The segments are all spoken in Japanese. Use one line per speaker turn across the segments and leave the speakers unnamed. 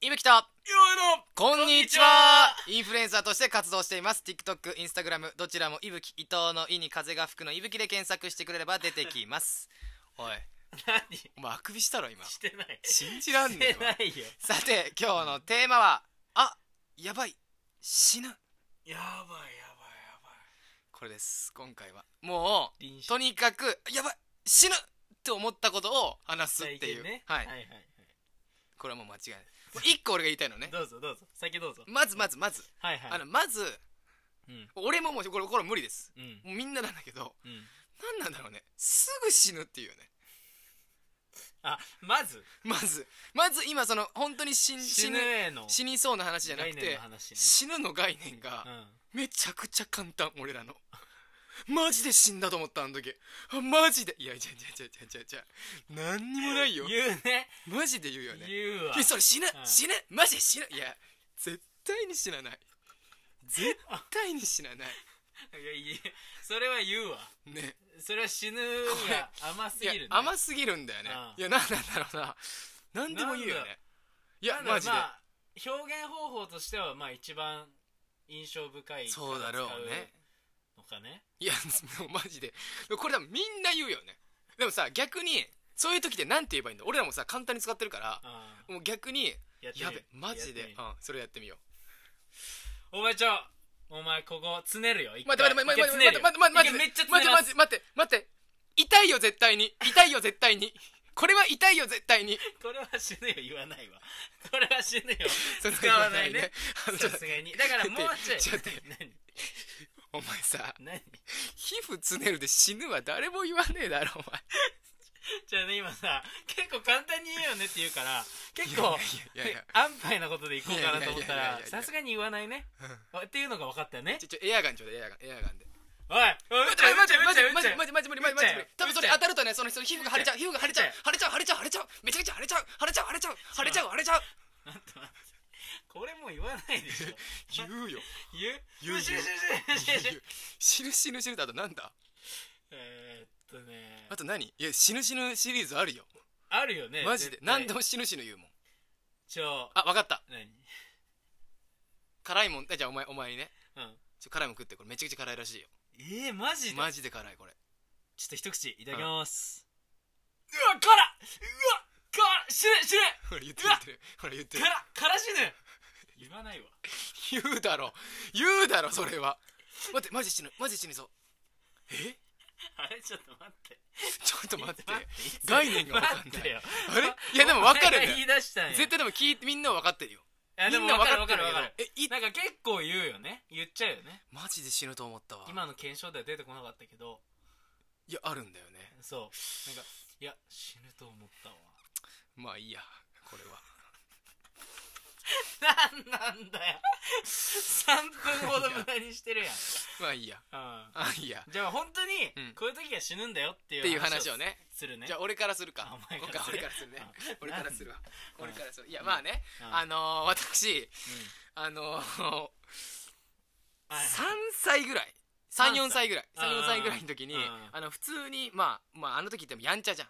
いぶきとこんにちは
こ
インフルエンサーとして活動しています TikTok、Instagram どちらもいぶき伊藤の「い」に風が吹くの「いぶき」で検索してくれれば出てきますおい
何し
お前あくびしたろ今
てない
信じらんね
して
え
な
わ
いよ
さて今日のテーマはあやばい死ぬ
やばいやばいやば
これです今回はも
い臨
うとにかくやばい死ぬって思ったことを話すっていう、
ね
はい
はいはい
これはもう間違いないもう一個俺が言いたいのね
どうぞどうぞ先どうぞ
まずまずまず、
はいはい
あのまず
うん
俺ももうこれこれ無理です
うん
もうみんななんだけど
うん
何なんだろうねすぐ死ぬっていうよね
あまず
まずまず今その本当に死ん死
死
ぬ
ぬへの
死にそうな話じゃなく
概念
て
の話ね
死ぬの概念
う
が
ん
めちゃくちゃ簡単俺らのマジで死んだと思ったあの時あマジでいやいやいやいやいやいやいや何にもないよ
言うね
マジで言うよね
言うわ
えそれ死ぬ、
うん
死ぬマジで死ぬいや絶対に死なない絶対に死なない
いやいやそれは言うわ
ね
それは死ぬが甘す
い
ぎ
や
るね
甘すぎるんだよね
うん
いや何なんだろうな何でも言うよ
なん
ね
だ
いや
ただ
マジで、
まあ表現方法としてはまあ一番印象深い
そうだろうね
のかね
いや もうマジでこれ多分みんな言うよねでもさ逆にそういう時って何て言えばいいんだ俺らもさ簡単に使ってるから
あ
もう逆に
やってみ
や
る
べマジで、
や
う
って
ん
みる、
それやってみよ
お前ちょお前ここつねるよ一
う
回
待って待って待って待って待って待って
一回つねるよ一回めっちゃつね
待って
ら
待って待って待って痛いよ絶対に痛いよ絶対にこれは痛いよ絶対に
これは死ぬよ言わないわこれは死ぬ よ
それは
使わないね
言わないねあのち
さ
ょっと
すがにだからもうちょい
ちょっと待
何
お前さ
何
皮膚つねるで死ぬは誰も言わねえだろお前
じゃあね今さ結構簡単に言えよねって言うから結構
いやいやいやいや
安牌なことでいこうかなと思った
いやいやいやい
ら
やいや
さすがに言わないねっていうのが分かったよね
ちょちょエアガンちょうだいエアガンエアガンで
おいおい
待って待って待って
撃っ
待
ち
って
ゃう
待って待って無理無理無理無理多分それ当たるとねその人の皮膚が腫れちゃう皮膚が腫れちゃう腫れちゃう腫れちゃう腫れちゃうめちゃくちゃ腫れちゃう腫れちゃう腫れちゃう腫れちゃう腫れちゃう
待って待ってこれもう言わない でしょ
言うよ
言う
言う
死ぬ死ぬ死ぬ死
死ぬ
ぬ
死ぬ 死ぬってあとなんだ
えーっとね
あと何いや死ぬ死ぬシリーズあるよ
あるよね
マジで
絶対
何でも死ぬ死ぬ言うもん
ちょ
あわかった
何
辛いもんあじゃあお前お前にね
うん
ちょ辛いもん食ってこれめちゃくちゃ辛いらしいよ
えー、マジで
マジで辛いこれ
ちょっと一口いただきます、うわ辛っうわ辛っ死ぬ死ぬ
ほら言ってる言ってるほら言ってる
辛っ辛死ぬ言わないわ
言うだろ言うだろそれは待ってマジ死ぬマジ死にそうえ
あれちょっと待って
ちょっ と待って
いつ
概念がわかんない
待ってよ
あれいやでも分かるんだよ
お前が言い出したんや
絶対でも聞いてみんなは分かってるよ
いやで
み
も
んな
分
分かって
かる分か
る
る
よ
分かる
えい
なんか結構言うよね言っちゃうよね
マジで死ぬと思ったわ
今の検証では出てこなかったけど
いやあるんだよね
そうなんかいや死ぬと思った わ
まあいいやこれは
なんなんだ よ3分ほど無駄にしてるやん、
まあいいや
うん
あいいや
じゃあ本当に
うん
こういう時は死ぬんだよっていう
っていう話をね
するね
じゃあ俺からするか
あお前
今
か
回俺
らする
からするね
あ
俺からするわ
なん
俺
で
からするいやまあね
うん
あのー私
う
あのー
んはい
3歳ぐらい34
三歳
歳ぐらい
あー
34歳ぐらいの時に
あ
あの普通にまあまああの時ってもやんちゃじゃん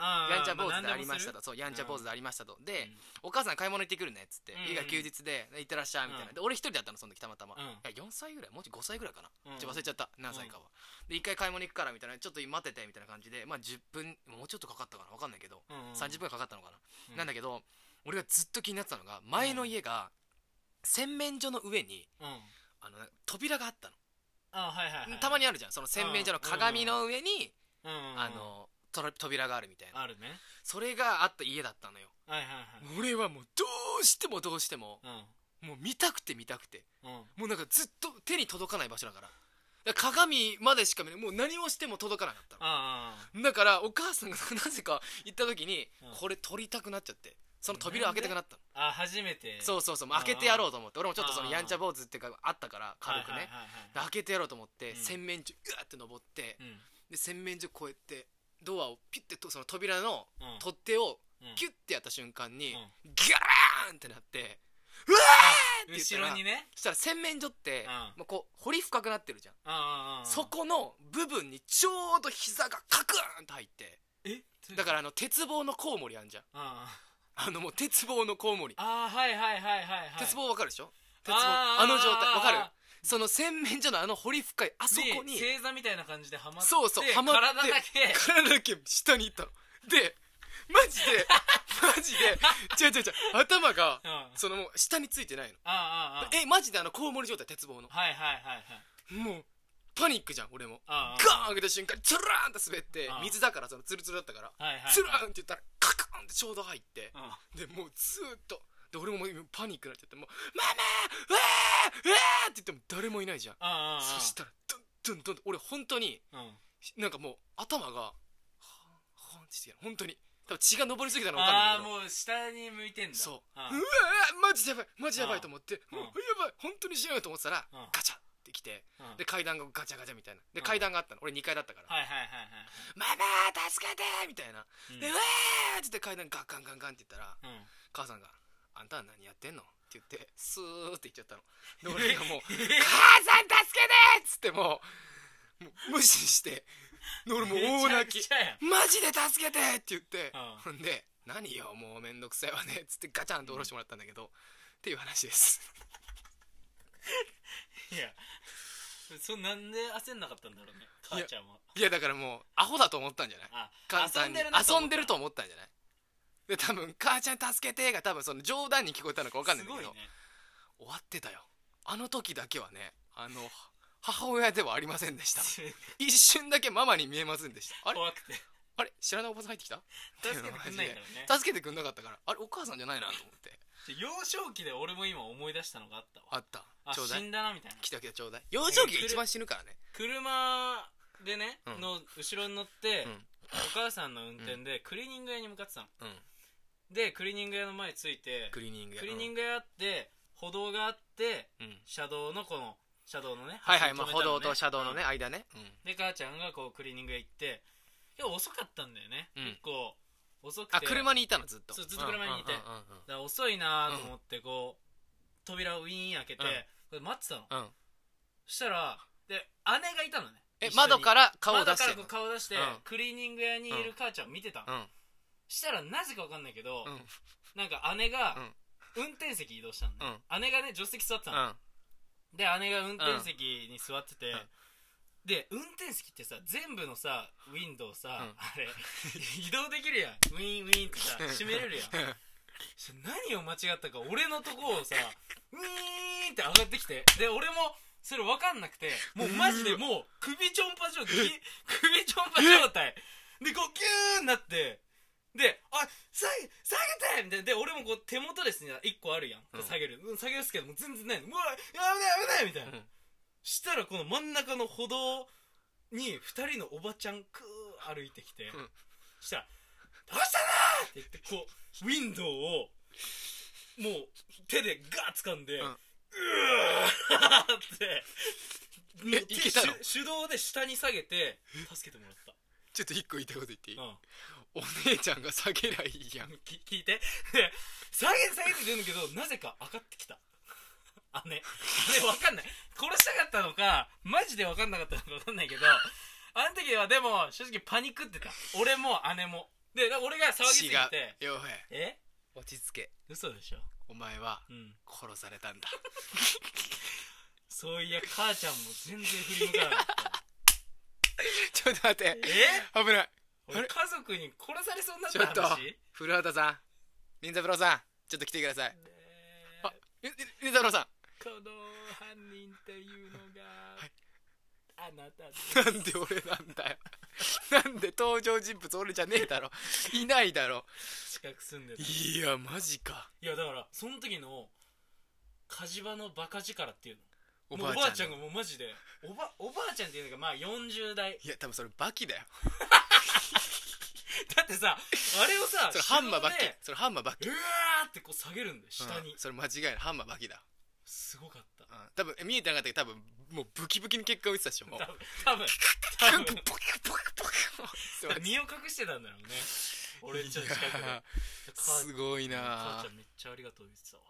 あー
やんちゃ坊主
まあ
でありました
何でも
とそうやんちゃ坊主でありましたと
す
で
る
お母さん買い物行ってくるねっつって
うんうん
家が休日で行ってらっしゃいみたいうなんで俺一人だったのその時たまたま
うん
いや4歳ぐらいもうちょい5歳ぐらいかな
うん
ちょっと忘れちゃった何歳かはで一回買い物行くからみたいなちょっと待っててみたいな感じでまあ10分もうちょっとかかったかな分かんないけど
うんうん
30分はかかったのか
う
なんなんだけど俺がずっと気になってたのが前の家が洗面所の上に
うん
あのなんか扉があった
あはいはい、は
の
い、
たま
に、
にあるじゃんその洗面所の鏡の上に
うんうんうん
あのとろ扉があるみたいな
あるね
それがあった家だったのよ
はいはい
俺はもうどうしてもどうしても
はい
もう見たくて見たくて
うんうん
もうなんかずっと手に届かない場所だからだから鏡までしか見ないもう何をしても届かなかった
あ
のだからお母さんが なぜか行った時に
うん
これ取りたくなっちゃってその扉を開けたくなったの
あああ初めて
そううそうそうもう開けてやろうと思って俺もちょっとそ
あ
の
ー
やんちゃ坊主っていうかあったから軽く
はい
ね
はいはい
で開けてやろうと思って
うん
洗面所うわーって登って
はい、
で洗面所越えてドアをピュッてとその扉の
うんうん
取っ手を
うん
キュッてやった瞬間に
うん
ギャラーンってなってうわーって言
後
った
ろ
ら
にね
そしたら洗面所って、
うん
まあ、こう掘り深くなってるじゃん
ああ
そこの部分にちょうど膝がカクーンと入って
え
だからあの鉄棒のコウモリあんじゃん
あ
あのもう鉄棒のコウモリ
あーはいはいはいはいはい
鉄
あ
棒わかるでしょ鉄棒
ー
あの状態わかる
あ
その洗面所のあの掘り深いあそ
ー
こに
正座みたいな感じではまって
そうそうはまって
体だけ
体だけ下に行ったのでマジでマジで違う違う違う頭が
うんあー
そのもう下についてないの
あーあー
えマジであのコウモリ状態鉄棒の
はいはいはいはい
もうパニックじゃん俺も
あー
ガーン開けた瞬間にツルーンって滑って
ああ
水だからそのツルツルだったから
はいはいはい
ツルーンって言ったらカカーンってちょうど入って
う
で
ん
もうずーっとで俺ももう今パニックになっちゃってもう「ママーうわーうわー!」って言っても誰もいないじゃん
あーあーあ
そ
ー
したらドンドンドンって俺本当に
うん
なんかもう頭がほんほんってしてる本当に多分血が上りすぎたの分かんない
あ
け
あ
ど
もう下に向いてんだ
そう
うん
うわーマジでやばいマジでやばいと思って
うん
もうやばい本当に死ぬよと思ってたら
うん
ガチャってきて
うん
で階段がガチャガチャみたいなで
うん
階段があったの俺2階だったから
はいはいはい
「ママ助けて!」みたいな「
はい
で
う
うんわー!」って言って階段ガンガンガンガンって言ったら
うん
母さんが「あんたは何やってんの?」って言ってスーって言っちゃったので俺がもう「
え
母さん助けて!」っつってもうもう無視してで俺もう大泣
め
き
ちゃくちゃや
「
ん
マジで助けて!」って言ってほんで「何よもうめんどくさいわね」っつってガチャンと下ろしてもらったんだけどっていう話です
いやそんなんで焦んなかったんだろうね母ちゃんはい
やだからもうアホだと思ったんじゃない
あ
簡単に
遊んでるな
遊んでると
思
思ったんじゃないで多分「母ちゃん助けて」が多分その冗談に聞こえたのか分
った
かん
んだ
ないんだけど、
す
終
ごいね
わってたよあの時だけはねあの母親ではありませんで した一瞬だけママに見えませんでしたあれ
怖くて
あれ知らないおばさん入ってきた
助けてくんないんだろう ね
助けてくんなかったからあれお母さんじゃないなと思って
幼少期で俺も今思い出したのがあったわ
あった
あ
ちょうだ
死
い
んだなみたいな
来た来たちょうだい幼少期が一番死ぬからね
車でね、
うん
の後ろに乗って、
うん
お母さんの運転でクリーニング屋に向かってたの
うん
でクリーニング屋の前着いて
クリーニングや
クリーニング屋あって歩道があって
うんうん
車道のこの車道のね
はいはい
端に
まあ
止め
歩道
たの
と車道のね
うん
間ねうん
で母ちゃんがこうクリーニング屋行っていや遅かったんだよね、
うん
結構遅くて
あ車にいたのずっと
そうずっと車にいて
うんうんうんうん
だから遅いなと思ってこう扉をウィーン開けて、
うん
これ待ってたの
うんうん
そしたらで姉がいたのね
え
一緒に
窓から顔を
窓
出
か
して
らこ
ん
う
の
顔出して、
うん
クリーニング屋にいる母ちゃんを見てたの、
うん
したらなぜか分かんないけど、
うんうん
なんか姉が運転席移動したんだ、ね姉がね助手席座ってたの、で姉が運転席に座ってて、
うん
で運転席ってさ全部のさウィンドウさ、
うん
あれ 移動できるやんウィンウィンってさ閉めれるやん
うん
それ何を間違ったか俺のとこをさウィーンって上がってきてで俺もそれ分かんなくてもうマジでもう首ちょんぱ 状態ぎ首ちょんぱ状態でこうギューンなってで「あ下げ下げて!」みたいなで俺もこう手元ですね1個あるやん、
うん
下げる、うん、下げるっすけどもう全然ないのうわやめないやめないみたいな、
うん
したらこの真ん中の歩道に2人のおばちゃんクー歩いてきて、
うん
したら「どうしたの?」って言ってこうウィンドウをもう手でガーッ掴んで「う
うん
ー!」 ってもう手
いけたの
手手動で下に下げて助けてもらった、
ちょっと一個言いたいこと言っていい
うん、
お姉ちゃんが下げりゃいいやん
き聞いてで下げて下げて出るんだけどなぜか上がってきた姉姉わかんない殺したかったのかマジでわかんなかったのかわかんないけどあの時はでも正直パニックってた俺も姉もでだから俺が騒ぎすぎ
違う
て
よう
え
落ち着け
嘘でしょ
お前は
うん
殺された んだ
そういや母ちゃんも全然振り向かなかった
ちょっと待って
え
危ないあ
俺
れ
家族に殺されそうになっ
ちょ
た
っと
話
古畑さん林三郎さんちょっと来てください
ねえ
あええ林三郎さ
この犯人っていうのが、
はい
あなたです
んなんで俺なんだよ なんで登場人物俺じゃねえだろいないだろ
近く住んでた
いやマジか
いやだからその時の火事場のバカ力っていう
お
のもう
ば
お
あ
ばあ
ち
ち
ゃ
ゃ
ん
ん
の
がもうマジでおばおばあちゃんっていうのがまあ40 代
いや多分それバキだよ
だってさあれをさ
それハンマーバ
手
キ
動で
それハンマーバキ
うわーってこう下げるんで下に、
うんそれ間違いないハンマーバキだ
すごかった
うん多分え見えてなかったけど多分もうブキブキに結果打ってたでしょもう
多分多分
ポ
多
キ
分
ポキポキポキすいません
身を隠してたんだろうね 俺んちの近くで
いや
母
すごい
母
な
ちゃんめっちゃありがとう言ってたわ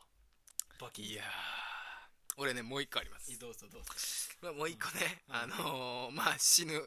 バキ
いやー俺ねもう一個あります
どうぞどうぞ
まあ、もう一個ね、
うん
あのーまあ死ぬ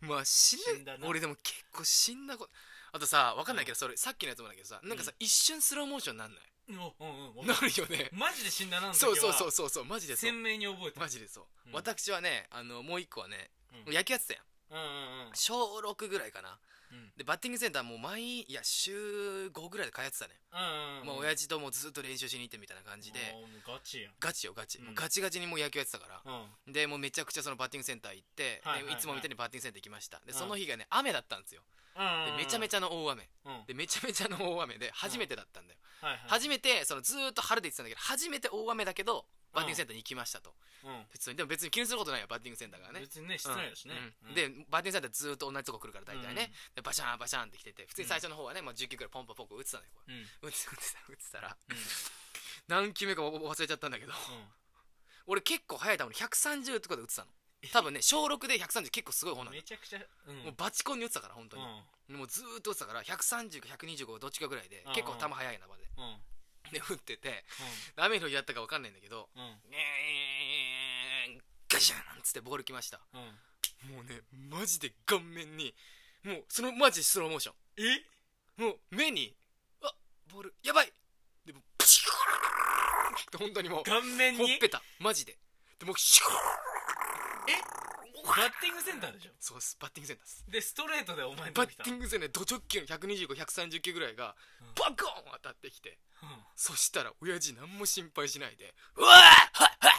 まあ死ぬ
死んだな
俺でも結構死んだことあとさ分かんないけどそれさっきのやつもだけどさなんかさ、一瞬スローモーションなんない
うんうんうん
なるよね
マジで死んだなの時
そ
は
うそうそうそうそうマジでそう
鮮明に覚えてる
マジでそう、
うん
私はねあのもう一個はね、
うん
野球やってたやん
うんうんうん
小6ぐらいかな
うん
でバッティングセンターもう毎いや週5ぐらいで通ってたね、
うんうん
まあ親父ともうずっと練習しに行ってみたいな感じで、
あーもうガチやん
ガチよガチ、
うん
もうガチガチにもう野球やってたから、
うん
でもうめちゃくちゃそのバッティングセンター行って、
はいはい
い
はい
いつもみたいにバッティングセンター行きましたで
うん
その日がね雨だったんですよでめちゃめ
ち
ちゃの大雨
ゃ、うんはい
でめちゃめちゃの大雨で初めてだったんだよ、
はい、
初めてそのずーっと晴れて行ってたんだけど初めて大雨だけどバッティングセンターに行きましたと、
うん
普通にでも別に気にすることないよバッティングセンターがね
別にね失礼だしね、
うんうんでバッティングセンターずーっと同じとこ来るから大体ね、
うん
でバシャンバシャンって来てて普通に最初の方はね、まあ、10球くらいポンポンポンポン打ってたんだよこ
うんうん
れ打って打ってた打ってたら 何球目か忘れちゃったんだけど俺結構速い球で130とかで打ってたの多分ね小6で130結構すごい方
う
なんんだ
め
よ
ちゃくちゃうん
もうバチコンに打ってたから本当
うん
に、もうずーっと打ってたから130か125どっちかぐらいで
うん
結構球速いなまで
うん
で打ってて雨の日だったか分かんないんだけど
うん
「えーガシャン!」っつってボール来ました
うんうん
もうねマジで顔面にもうそのマジスローモーショ
え
ンもう目にあボールやばいでもうプシューって本当にもう
顔面
ほっ
に
ぺたマジででもうシュー
バッティングセンターでしょ
そうですバッティングセンターです
でストレートでお前
バ
の
ッティングセンターでド直球の125130球ぐらいが
うん
バコーン当たってきて
うん
そしたら親父何も心配しないで「うわーはっはっはっは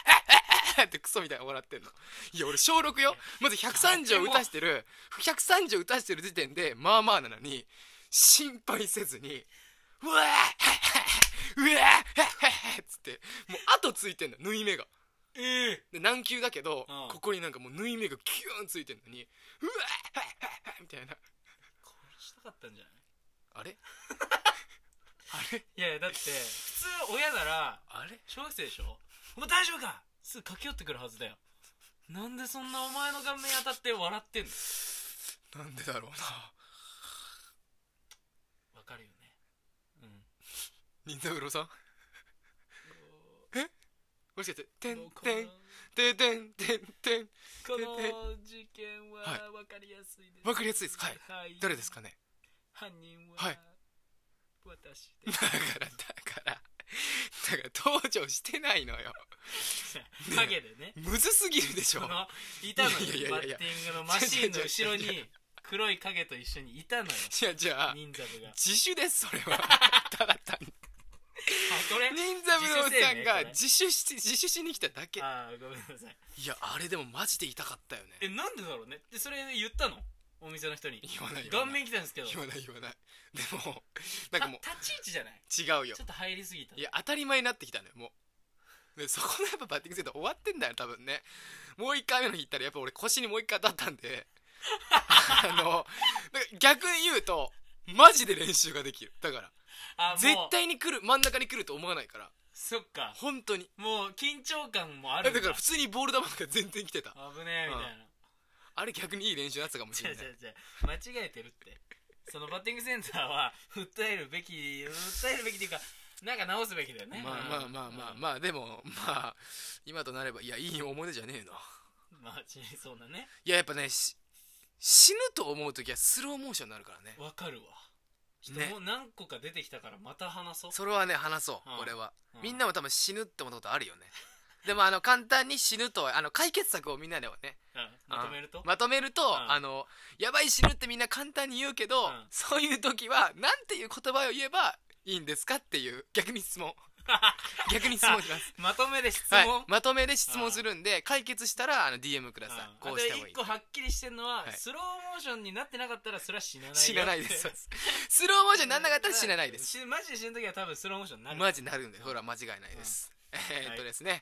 っはってクソみたいな笑ってんのいや俺小6よまず130を打たしてる130を打たしてる時点でまあまあなのに心配せずに「うわーはっはっはっはうわーはっはっはっつってもう後ついてんの縫い目が
ええ
で難球だけど
うん
ここになんかもう縫い目がキューンついてんのに「うわーはっはっはみたいな
殺したかったんじゃない
あ れあれ
いやいやだって普通親なら
あれ
小学生でしょお前大丈夫かすぐ駆け寄ってくるはずだよなんでそんなお前の顔面当たって笑ってんの
なんでだろうな
わかるよねうん
忍三郎さんもしかして「てん
こ
てんてんてんてんてん
のこの事件は
はい
わかりやすいです
わかりやすいですはい
はい」
誰ですかね
犯人は
はい
私で
だからだからだから登場してないのよ
す影 でね
むずすぎるでしょ
このいたのよ
いやいやい
バ
や
ッ
いや
ティングのマシーンの後ろ
違う違う違う
に黒い影と一緒にいたのよ
いやじゃあ
忍者部があ
自首ですそれ はただ単に
これ
忍三郎さんが
自
自首し自首しに来ただけ
あーごめんなさい
いやあれでもマジで痛かったよね
えなんでだろうねでそれ言ったのお店の人に
言わない言わ
顔
ない
面来たんですけど
言わない言わないでもな
た
んかもう
立ち位置じゃない
違うよ
ちょっと入りすぎた
いや当たり前になってきたのよもうでそこのやっぱバッティングセンター終わってんだよ多分ねもう一回目の日行ったらやっぱ俺腰にもう一回当たったんで あのだから逆に言うとマジで練習ができるだから
あもう
絶対に来る真ん中に来ると思わないから
そっか
本当に
もう緊張感もあ
だ
るん
から普通にボール球が全然来てた
危ねえみたいな
あれ逆にいい練習になってたかもし
違
れ
う違
ないう
違う間違えてるってそのバッティングセンターは訴えるべき訴えるべきっていうかなんか直すべきだよね
まあまあまあまあまあでもまあ今となればいやいい思い出じゃねえな
あまあ死にそうなね
いややっぱねし死ぬと思う時はスローモーションになるからね
わかるわちょっ
ね
ともう何個か出てきたからまた話そう
それはね話そう、
うん
俺は、
うん
みんなも多分死ぬって思ったことあるよね でもあの簡単に死ぬとはあの解決策をみんなではね
うんまとめると
うんまとめると、
ん
あのやばい死ぬってみんな簡単に言うけど、
うん
そういう時はなんていう言葉を言えばいいんですかっていう逆に質問 逆に質問し ます
まとめで質
はい
問、、
まとめで質問するんで、解決したらあの DM ください、
うん
こうした方
あ
が
と
いい
一個はっきりしてるのは、
はい
スローモーションになってなかったらそれは死なないよ
死なないです スローモーションになんなかったら死なないです
しマジで死ぬ時は多分スローモーションになる
マジなるんで、
うん
ほら間違いないです。えーっ
は
と
い
ですね、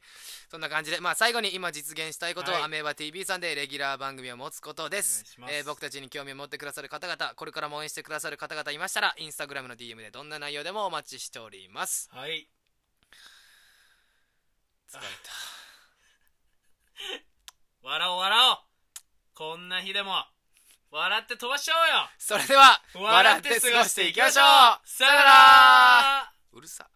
そんな感じで、まあ、最後に今実現したいこと
はい
はアメーバ TV さんでレギュラー番組を持つことです
お願いします
えー僕たちに興味を持ってくださる方々これからも応援してくださる方々いましたらインスタグラムの DM でどんな内容でもお待ちしております
はい
疲れ
笑おう笑おうこんな日でも笑って飛ばしちゃおうよ
それでは
笑
笑
っ
ってて
過
過
ご
ご
し
してて
い
い
き
き
ま
ま
し
し
ょ
ょ
う
う
さ
さ
よ
よ
な
な
ら
らうるさ